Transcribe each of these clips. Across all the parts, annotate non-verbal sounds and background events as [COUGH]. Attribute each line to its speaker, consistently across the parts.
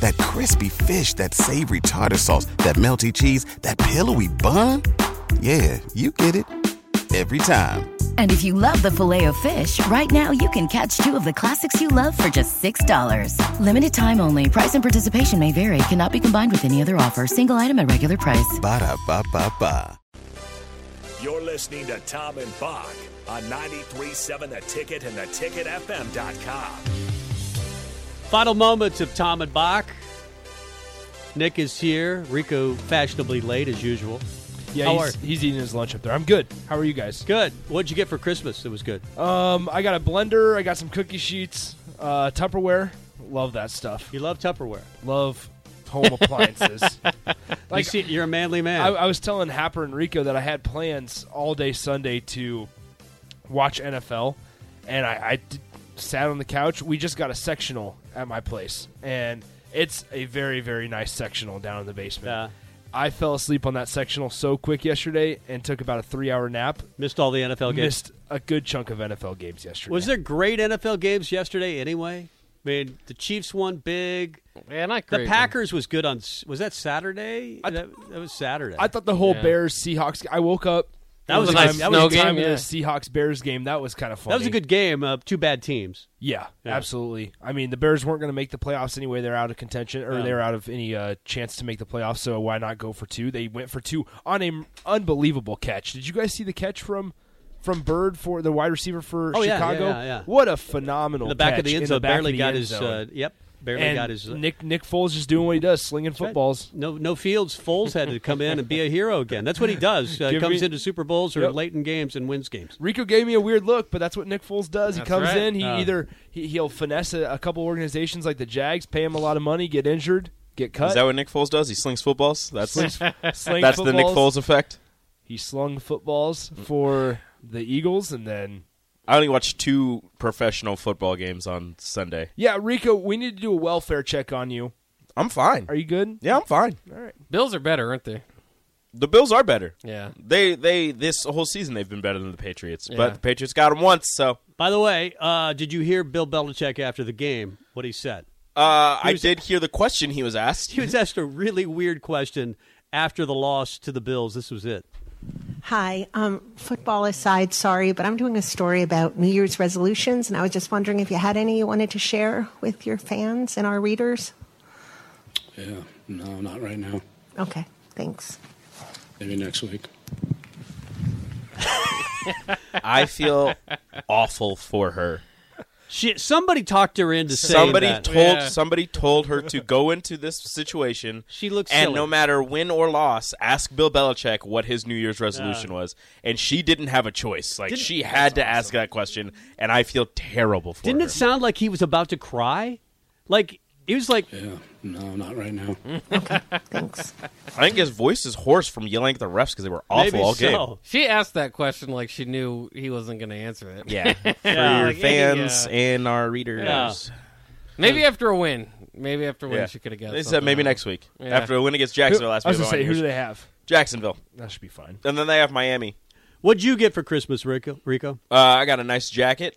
Speaker 1: That crispy fish, that savory tartar sauce, that melty cheese, that pillowy bun. Yeah, you get it. Every time.
Speaker 2: And if you love the filet of fish, right now you can catch two of the classics you love for just $6. Limited time only. Price and participation may vary. Cannot be combined with any other offer. Single item at regular price.
Speaker 1: Ba-da-ba-ba-ba.
Speaker 3: You're listening to Tom and Bach on 93.7 The Ticket and theticketfm.com.
Speaker 4: Final moments of Tom and Bach. Nick is here. Rico fashionably late as usual.
Speaker 5: Yeah,
Speaker 4: How
Speaker 5: he's,
Speaker 4: are-
Speaker 5: he's eating his lunch up there. I'm good. How are you guys?
Speaker 4: Good. What'd you get for Christmas? It was good.
Speaker 5: Um, I got a blender. I got some cookie sheets, uh, Tupperware. Love that stuff.
Speaker 4: You love Tupperware.
Speaker 5: Love home appliances.
Speaker 4: Like,
Speaker 5: [LAUGHS] Like-
Speaker 4: you see, you're a manly man.
Speaker 5: I, I was telling Happer and Rico that I had plans all day Sunday to watch NFL, and I, I d- sat on the couch. We just got a sectional at my place, and it's a very very nice sectional down in the basement.
Speaker 4: Yeah.
Speaker 5: I fell asleep on that sectional so quick yesterday and took about a three hour nap.
Speaker 4: Missed all the NFL games.
Speaker 5: Missed a good chunk of NFL games yesterday.
Speaker 4: Was there great NFL games yesterday anyway? I mean, the Chiefs won big.
Speaker 6: Yeah, not
Speaker 4: The
Speaker 6: great.
Speaker 4: Packers was good on. s- Was that Saturday? that, that was Saturday.
Speaker 5: I thought the whole
Speaker 6: Yeah.
Speaker 5: Bears Seahawks. I woke up.
Speaker 4: That
Speaker 5: it
Speaker 4: was a
Speaker 5: time-
Speaker 4: nice
Speaker 5: that
Speaker 6: snow
Speaker 5: was the time
Speaker 6: game,
Speaker 5: of
Speaker 6: yeah.
Speaker 5: the Seahawks Bears game. That was kind of funny.
Speaker 4: that was a good game. Uh, two bad teams.
Speaker 5: Yeah,
Speaker 4: Yeah.
Speaker 5: absolutely. I mean, the Bears weren't going to make the playoffs anyway. They're out of contention, or
Speaker 4: Yeah.
Speaker 5: they're out of any uh, chance to make the playoffs. So why not go for two? They went for two on an unbelievable catch. Did you guys see the catch from from Bird for the wide receiver for
Speaker 4: Oh, yeah, yeah,
Speaker 5: Chicago?
Speaker 4: yeah, yeah.
Speaker 5: What a phenomenal
Speaker 4: In the back
Speaker 5: catch
Speaker 4: of the
Speaker 5: in
Speaker 4: end zone,
Speaker 5: back of
Speaker 4: barely
Speaker 5: the
Speaker 4: got
Speaker 5: end
Speaker 4: his.
Speaker 5: zone.
Speaker 4: Uh, yep, barely
Speaker 5: and
Speaker 4: got his. uh,
Speaker 5: Nick Nick Foles is doing what he does, slinging footballs.
Speaker 4: No, no Fields. Foles had to come in and be a hero again. That's what he does. Uh,
Speaker 5: Give
Speaker 4: comes
Speaker 5: me-
Speaker 4: into Super Bowls or
Speaker 5: Yep.
Speaker 4: late in games and wins games.
Speaker 5: Rico gave me a weird look, but that's what Nick Foles does.
Speaker 6: That's
Speaker 5: he comes
Speaker 6: right.
Speaker 5: in, he
Speaker 4: Oh.
Speaker 5: either he, he'll finesse a, a couple organizations like the Jags, pay him a lot of money, get injured, get cut.
Speaker 7: Is that what Nick Foles does? He slings footballs. That's
Speaker 5: Slings-
Speaker 7: [LAUGHS]
Speaker 5: sling
Speaker 7: that's the Nick
Speaker 5: footballs.
Speaker 7: Foles effect.
Speaker 5: He slung footballs for the Eagles, and then
Speaker 7: I only watched two professional football games on Sunday.
Speaker 5: yeah, Rico, we need to do a welfare check on you.
Speaker 7: I'm fine.
Speaker 5: Are you good?
Speaker 7: Yeah, I'm fine.
Speaker 5: All right.
Speaker 6: Bills are better, aren't they?
Speaker 7: The Bills are better.
Speaker 6: Yeah.
Speaker 7: They they this whole season they've been better than the Patriots,
Speaker 6: Yeah.
Speaker 7: but the Patriots got them once. So
Speaker 4: By the way, uh, did you hear Bill Belichick after the game? What he said?
Speaker 7: uh, I
Speaker 4: was-
Speaker 7: did hear the question he was asked.
Speaker 4: He was asked a really weird question after the loss to the Bills. This was it.
Speaker 8: Hi. Um, football aside, sorry, but I'm doing a story about New Year's resolutions, and I was just wondering if you had any you wanted to share with your fans and our readers.
Speaker 9: Yeah, no, not right now.
Speaker 8: Okay, thanks.
Speaker 9: Maybe next week.
Speaker 5: [LAUGHS]
Speaker 7: I feel awful for her.
Speaker 4: She, somebody talked her into saying
Speaker 7: Somebody
Speaker 4: that.
Speaker 7: told
Speaker 6: Yeah.
Speaker 7: somebody told her to go into this situation.
Speaker 4: [LAUGHS] She looks
Speaker 7: and
Speaker 4: silly.
Speaker 7: no matter win or loss, ask Bill Belichick what his New Year's resolution was, and she didn't have a choice. Like
Speaker 4: Didn't-
Speaker 7: she had to ask that question, and I feel terrible for
Speaker 4: Didn't
Speaker 7: her.
Speaker 4: it sound like he was about to cry? Like he was like,
Speaker 9: Yeah, no, not right now.
Speaker 8: Thanks.
Speaker 7: I think his voice is hoarse from yelling at the refs because they were awful
Speaker 4: maybe
Speaker 7: all
Speaker 4: so.
Speaker 7: game.
Speaker 6: She asked that question like she knew he wasn't going to answer it. [LAUGHS]
Speaker 7: Yeah, for
Speaker 4: Yeah,
Speaker 7: your
Speaker 6: like,
Speaker 7: fans
Speaker 6: yeah.
Speaker 7: and our readers.
Speaker 4: Yeah.
Speaker 6: Maybe after a win. Maybe after a win,
Speaker 7: Yeah.
Speaker 6: she could have got
Speaker 7: They said
Speaker 6: something
Speaker 7: maybe
Speaker 6: out.
Speaker 7: next week
Speaker 6: Yeah.
Speaker 7: after a win against
Speaker 5: Who-
Speaker 7: Jacksonville last
Speaker 5: I was
Speaker 7: week.
Speaker 5: gonna say,
Speaker 7: on
Speaker 5: who do
Speaker 7: New
Speaker 5: they
Speaker 7: Year's.
Speaker 5: have?
Speaker 7: Jacksonville,
Speaker 5: That should be fine.
Speaker 7: and then they have Miami.
Speaker 4: "What'd you get for Christmas, Rico?" Rico?
Speaker 7: Uh, I got a nice jacket.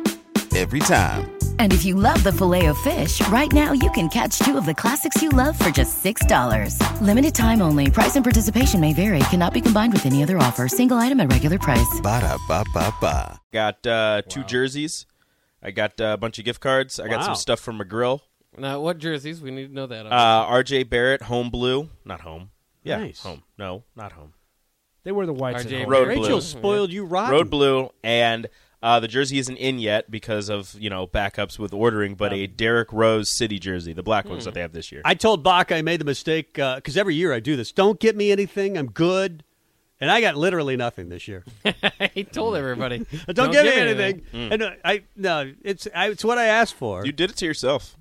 Speaker 1: every time.
Speaker 2: And if you love the filet of fish, right now you can catch two of the classics you love for just $6. Limited time only. Price and participation may vary. Cannot be combined with any other offer. Single item at regular price.
Speaker 1: Ba-da-ba-ba-ba.
Speaker 7: Got uh, two jerseys. I got uh, a bunch of gift cards. I got
Speaker 6: Wow.
Speaker 7: some stuff from McGrill.
Speaker 6: Now, what jerseys? We need to know that.
Speaker 7: Uh, R.J. Barrett, home blue. Not home. Yeah,
Speaker 6: Nice.
Speaker 7: home. No, not home.
Speaker 5: They wear the whites.
Speaker 6: RJ
Speaker 5: at home.
Speaker 7: Road blue.
Speaker 4: Rachel spoiled you rotten.
Speaker 7: Road blue, and uh, the jersey isn't in yet because of you know backups with ordering. But a Derrick Rose City jersey, the black
Speaker 6: Hmm.
Speaker 7: ones that they have this year.
Speaker 4: I told Bach I made the mistake because every year I do this. Don't get me anything. I'm good. And I got literally nothing this year.
Speaker 6: he told everybody.
Speaker 4: Don't, give me anything. And uh, I no, it's I, it's what I asked for.
Speaker 7: you did it to yourself.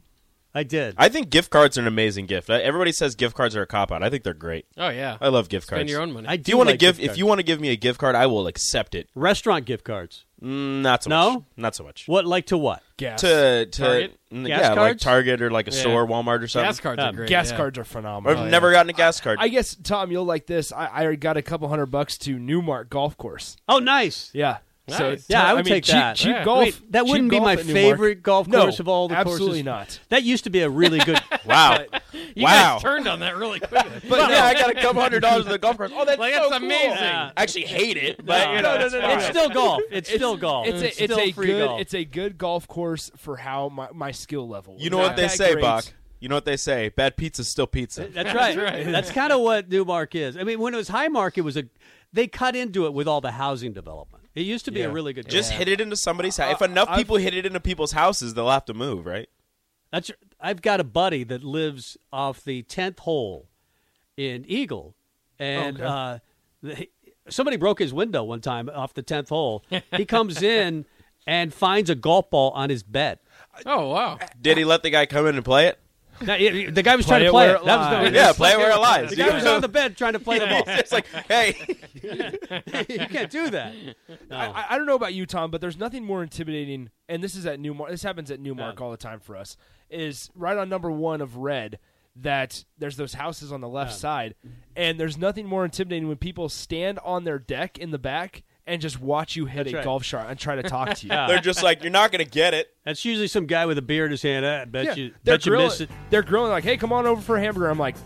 Speaker 4: I did.
Speaker 7: I think gift cards are an amazing gift. I- Everybody says gift cards are a cop out. I think they're great.
Speaker 6: Oh yeah.
Speaker 7: [LAUGHS] I love gift
Speaker 6: Spend
Speaker 7: cards.
Speaker 6: your own money.
Speaker 4: I
Speaker 7: If
Speaker 4: do
Speaker 7: you want to
Speaker 4: like
Speaker 7: give,
Speaker 4: gift
Speaker 7: if you want to give me a gift card, I will accept it.
Speaker 4: restaurant gift cards.
Speaker 7: Mm, Not so
Speaker 4: No?
Speaker 7: much. Not so much.
Speaker 4: What like to what?
Speaker 5: Gas.
Speaker 7: To to
Speaker 6: Target?
Speaker 7: mm,
Speaker 4: Gas
Speaker 7: yeah, like
Speaker 4: cards?
Speaker 7: Target or like a
Speaker 6: Yeah.
Speaker 7: store, Walmart or something.
Speaker 6: Gas cards are
Speaker 4: Um,
Speaker 6: great.
Speaker 5: gas
Speaker 6: yeah. Oh,
Speaker 5: cards are
Speaker 7: I've
Speaker 5: phenomenal.
Speaker 7: never gotten a gas card.
Speaker 5: I guess Tom, you'll like this. I, I got a couple hundred bucks to Newmark Golf Course.
Speaker 4: Oh, nice.
Speaker 5: Yeah.
Speaker 6: Nice.
Speaker 4: Yeah, I would
Speaker 5: mean,
Speaker 4: take
Speaker 5: cheap,
Speaker 4: that.
Speaker 5: Cheap
Speaker 6: Yeah.
Speaker 5: golf.
Speaker 4: Wait, that
Speaker 5: cheap
Speaker 4: wouldn't be
Speaker 5: golf
Speaker 4: my
Speaker 5: at Newmark.
Speaker 4: favorite golf
Speaker 5: No,
Speaker 4: course of all the
Speaker 5: absolutely
Speaker 4: courses.
Speaker 5: not.
Speaker 4: That used to be a really [LAUGHS] good.
Speaker 7: wow,
Speaker 6: You
Speaker 7: wow.
Speaker 6: guys turned on that really quick.
Speaker 7: [LAUGHS] but yeah, I got a couple hundred dollars in the golf course. Oh, that's
Speaker 6: Like,
Speaker 7: so
Speaker 6: that's
Speaker 7: cool.
Speaker 6: amazing.
Speaker 7: I actually hate it, but you know, it's fine.
Speaker 4: it's still golf. It's, still golf.
Speaker 5: It's a it's,
Speaker 4: still
Speaker 5: a
Speaker 4: free
Speaker 5: good
Speaker 4: golf.
Speaker 5: it's a good golf course for how my, my skill level.
Speaker 7: You know
Speaker 5: Not
Speaker 7: what they
Speaker 5: that
Speaker 7: say,
Speaker 5: great.
Speaker 7: Bach. You know what they say. Bad pizza's still pizza.
Speaker 4: That's right. That's, kind of what Newmark is. I mean, when it was Highmark, it was a they cut into it with all the housing development. It used to be a really good
Speaker 7: Just
Speaker 4: deal.
Speaker 7: hit it into somebody's house. If enough people hit it into people's houses, they'll have to move, right?
Speaker 4: That's I've got a buddy that lives off the tenth hole in Eagle, and uh, the, somebody broke his window one time off the tenth hole. He
Speaker 5: [LAUGHS]
Speaker 4: comes in and finds a golf ball on his bed.
Speaker 6: Oh wow.
Speaker 7: Did he let the guy come in and play it?
Speaker 4: Now, it- the guy was
Speaker 5: Play
Speaker 4: trying
Speaker 5: it
Speaker 4: to play
Speaker 5: where
Speaker 4: it.
Speaker 5: it
Speaker 4: That was the-
Speaker 5: lies.
Speaker 7: Yeah, play it where it lies.
Speaker 4: Oh, The guy was on the bed trying to play the ball.
Speaker 7: [LAUGHS] It's like, hey,
Speaker 4: you can't do that.
Speaker 5: I-
Speaker 4: Oh.
Speaker 5: I, I don't know about you, Tom, but there's nothing more intimidating, and this is at Newmark. This happens at Newmark all the time for us. Is right on number one of red that there's those houses on the left side, and there's nothing more intimidating when people stand on their deck in the back and just watch you hit a
Speaker 4: right.
Speaker 5: golf shot and try to
Speaker 4: [LAUGHS]
Speaker 5: talk to you.
Speaker 7: they're just like, you're not gonna get it.
Speaker 4: That's usually some guy with a beer in his hand. I bet
Speaker 5: Yeah,
Speaker 4: you,
Speaker 5: they're
Speaker 4: bet you
Speaker 5: grilling.
Speaker 4: miss it.
Speaker 5: They're grilling like, "Hey, come on over for a hamburger." I'm like,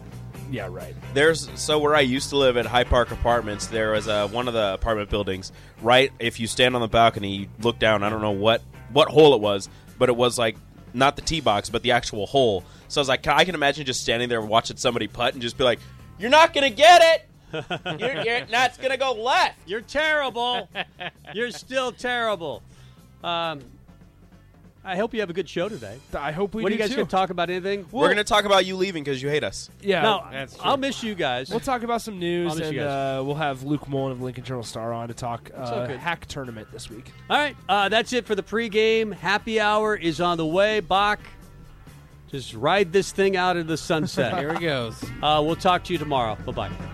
Speaker 5: "Yeah, right."
Speaker 7: There's so where I used to live at High Park Apartments, there was uh, one of the apartment buildings. Right, if you stand on the balcony, you look down. I don't know what what hole it was, but it was like not the tee box, but the actual hole. So I was like, I can imagine just standing there watching somebody putt and just be like, "You're not gonna get it. You're, you're [LAUGHS] not it's gonna go left."
Speaker 4: You're terrible. You're still terrible. Um, I hope you have a good show today.
Speaker 5: Th- I hope we
Speaker 4: what
Speaker 5: do
Speaker 4: are you guys
Speaker 5: too.
Speaker 4: going to talk about? Anything?
Speaker 7: We're gonna talk about you leaving because you hate us.
Speaker 5: Yeah,
Speaker 4: no,
Speaker 6: That's true.
Speaker 4: I'll miss you guys.
Speaker 5: We'll talk about some
Speaker 4: I'll
Speaker 5: news,
Speaker 4: miss
Speaker 5: and
Speaker 4: you
Speaker 5: uh, we'll have Luke Mullen of Lincoln Journal Star on to talk uh,
Speaker 4: good.
Speaker 5: hack tournament this week.
Speaker 4: All right, uh, that's it for the pregame. Happy hour is on the way. Bach, just ride this thing out into the sunset.
Speaker 6: Here it goes.
Speaker 4: uh, we'll talk to you tomorrow. Bye bye.